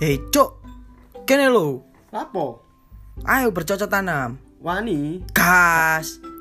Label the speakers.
Speaker 1: Hei cok Kene lo
Speaker 2: Lapo?
Speaker 1: Ayo bercocok tanam
Speaker 2: Wani.
Speaker 1: Gas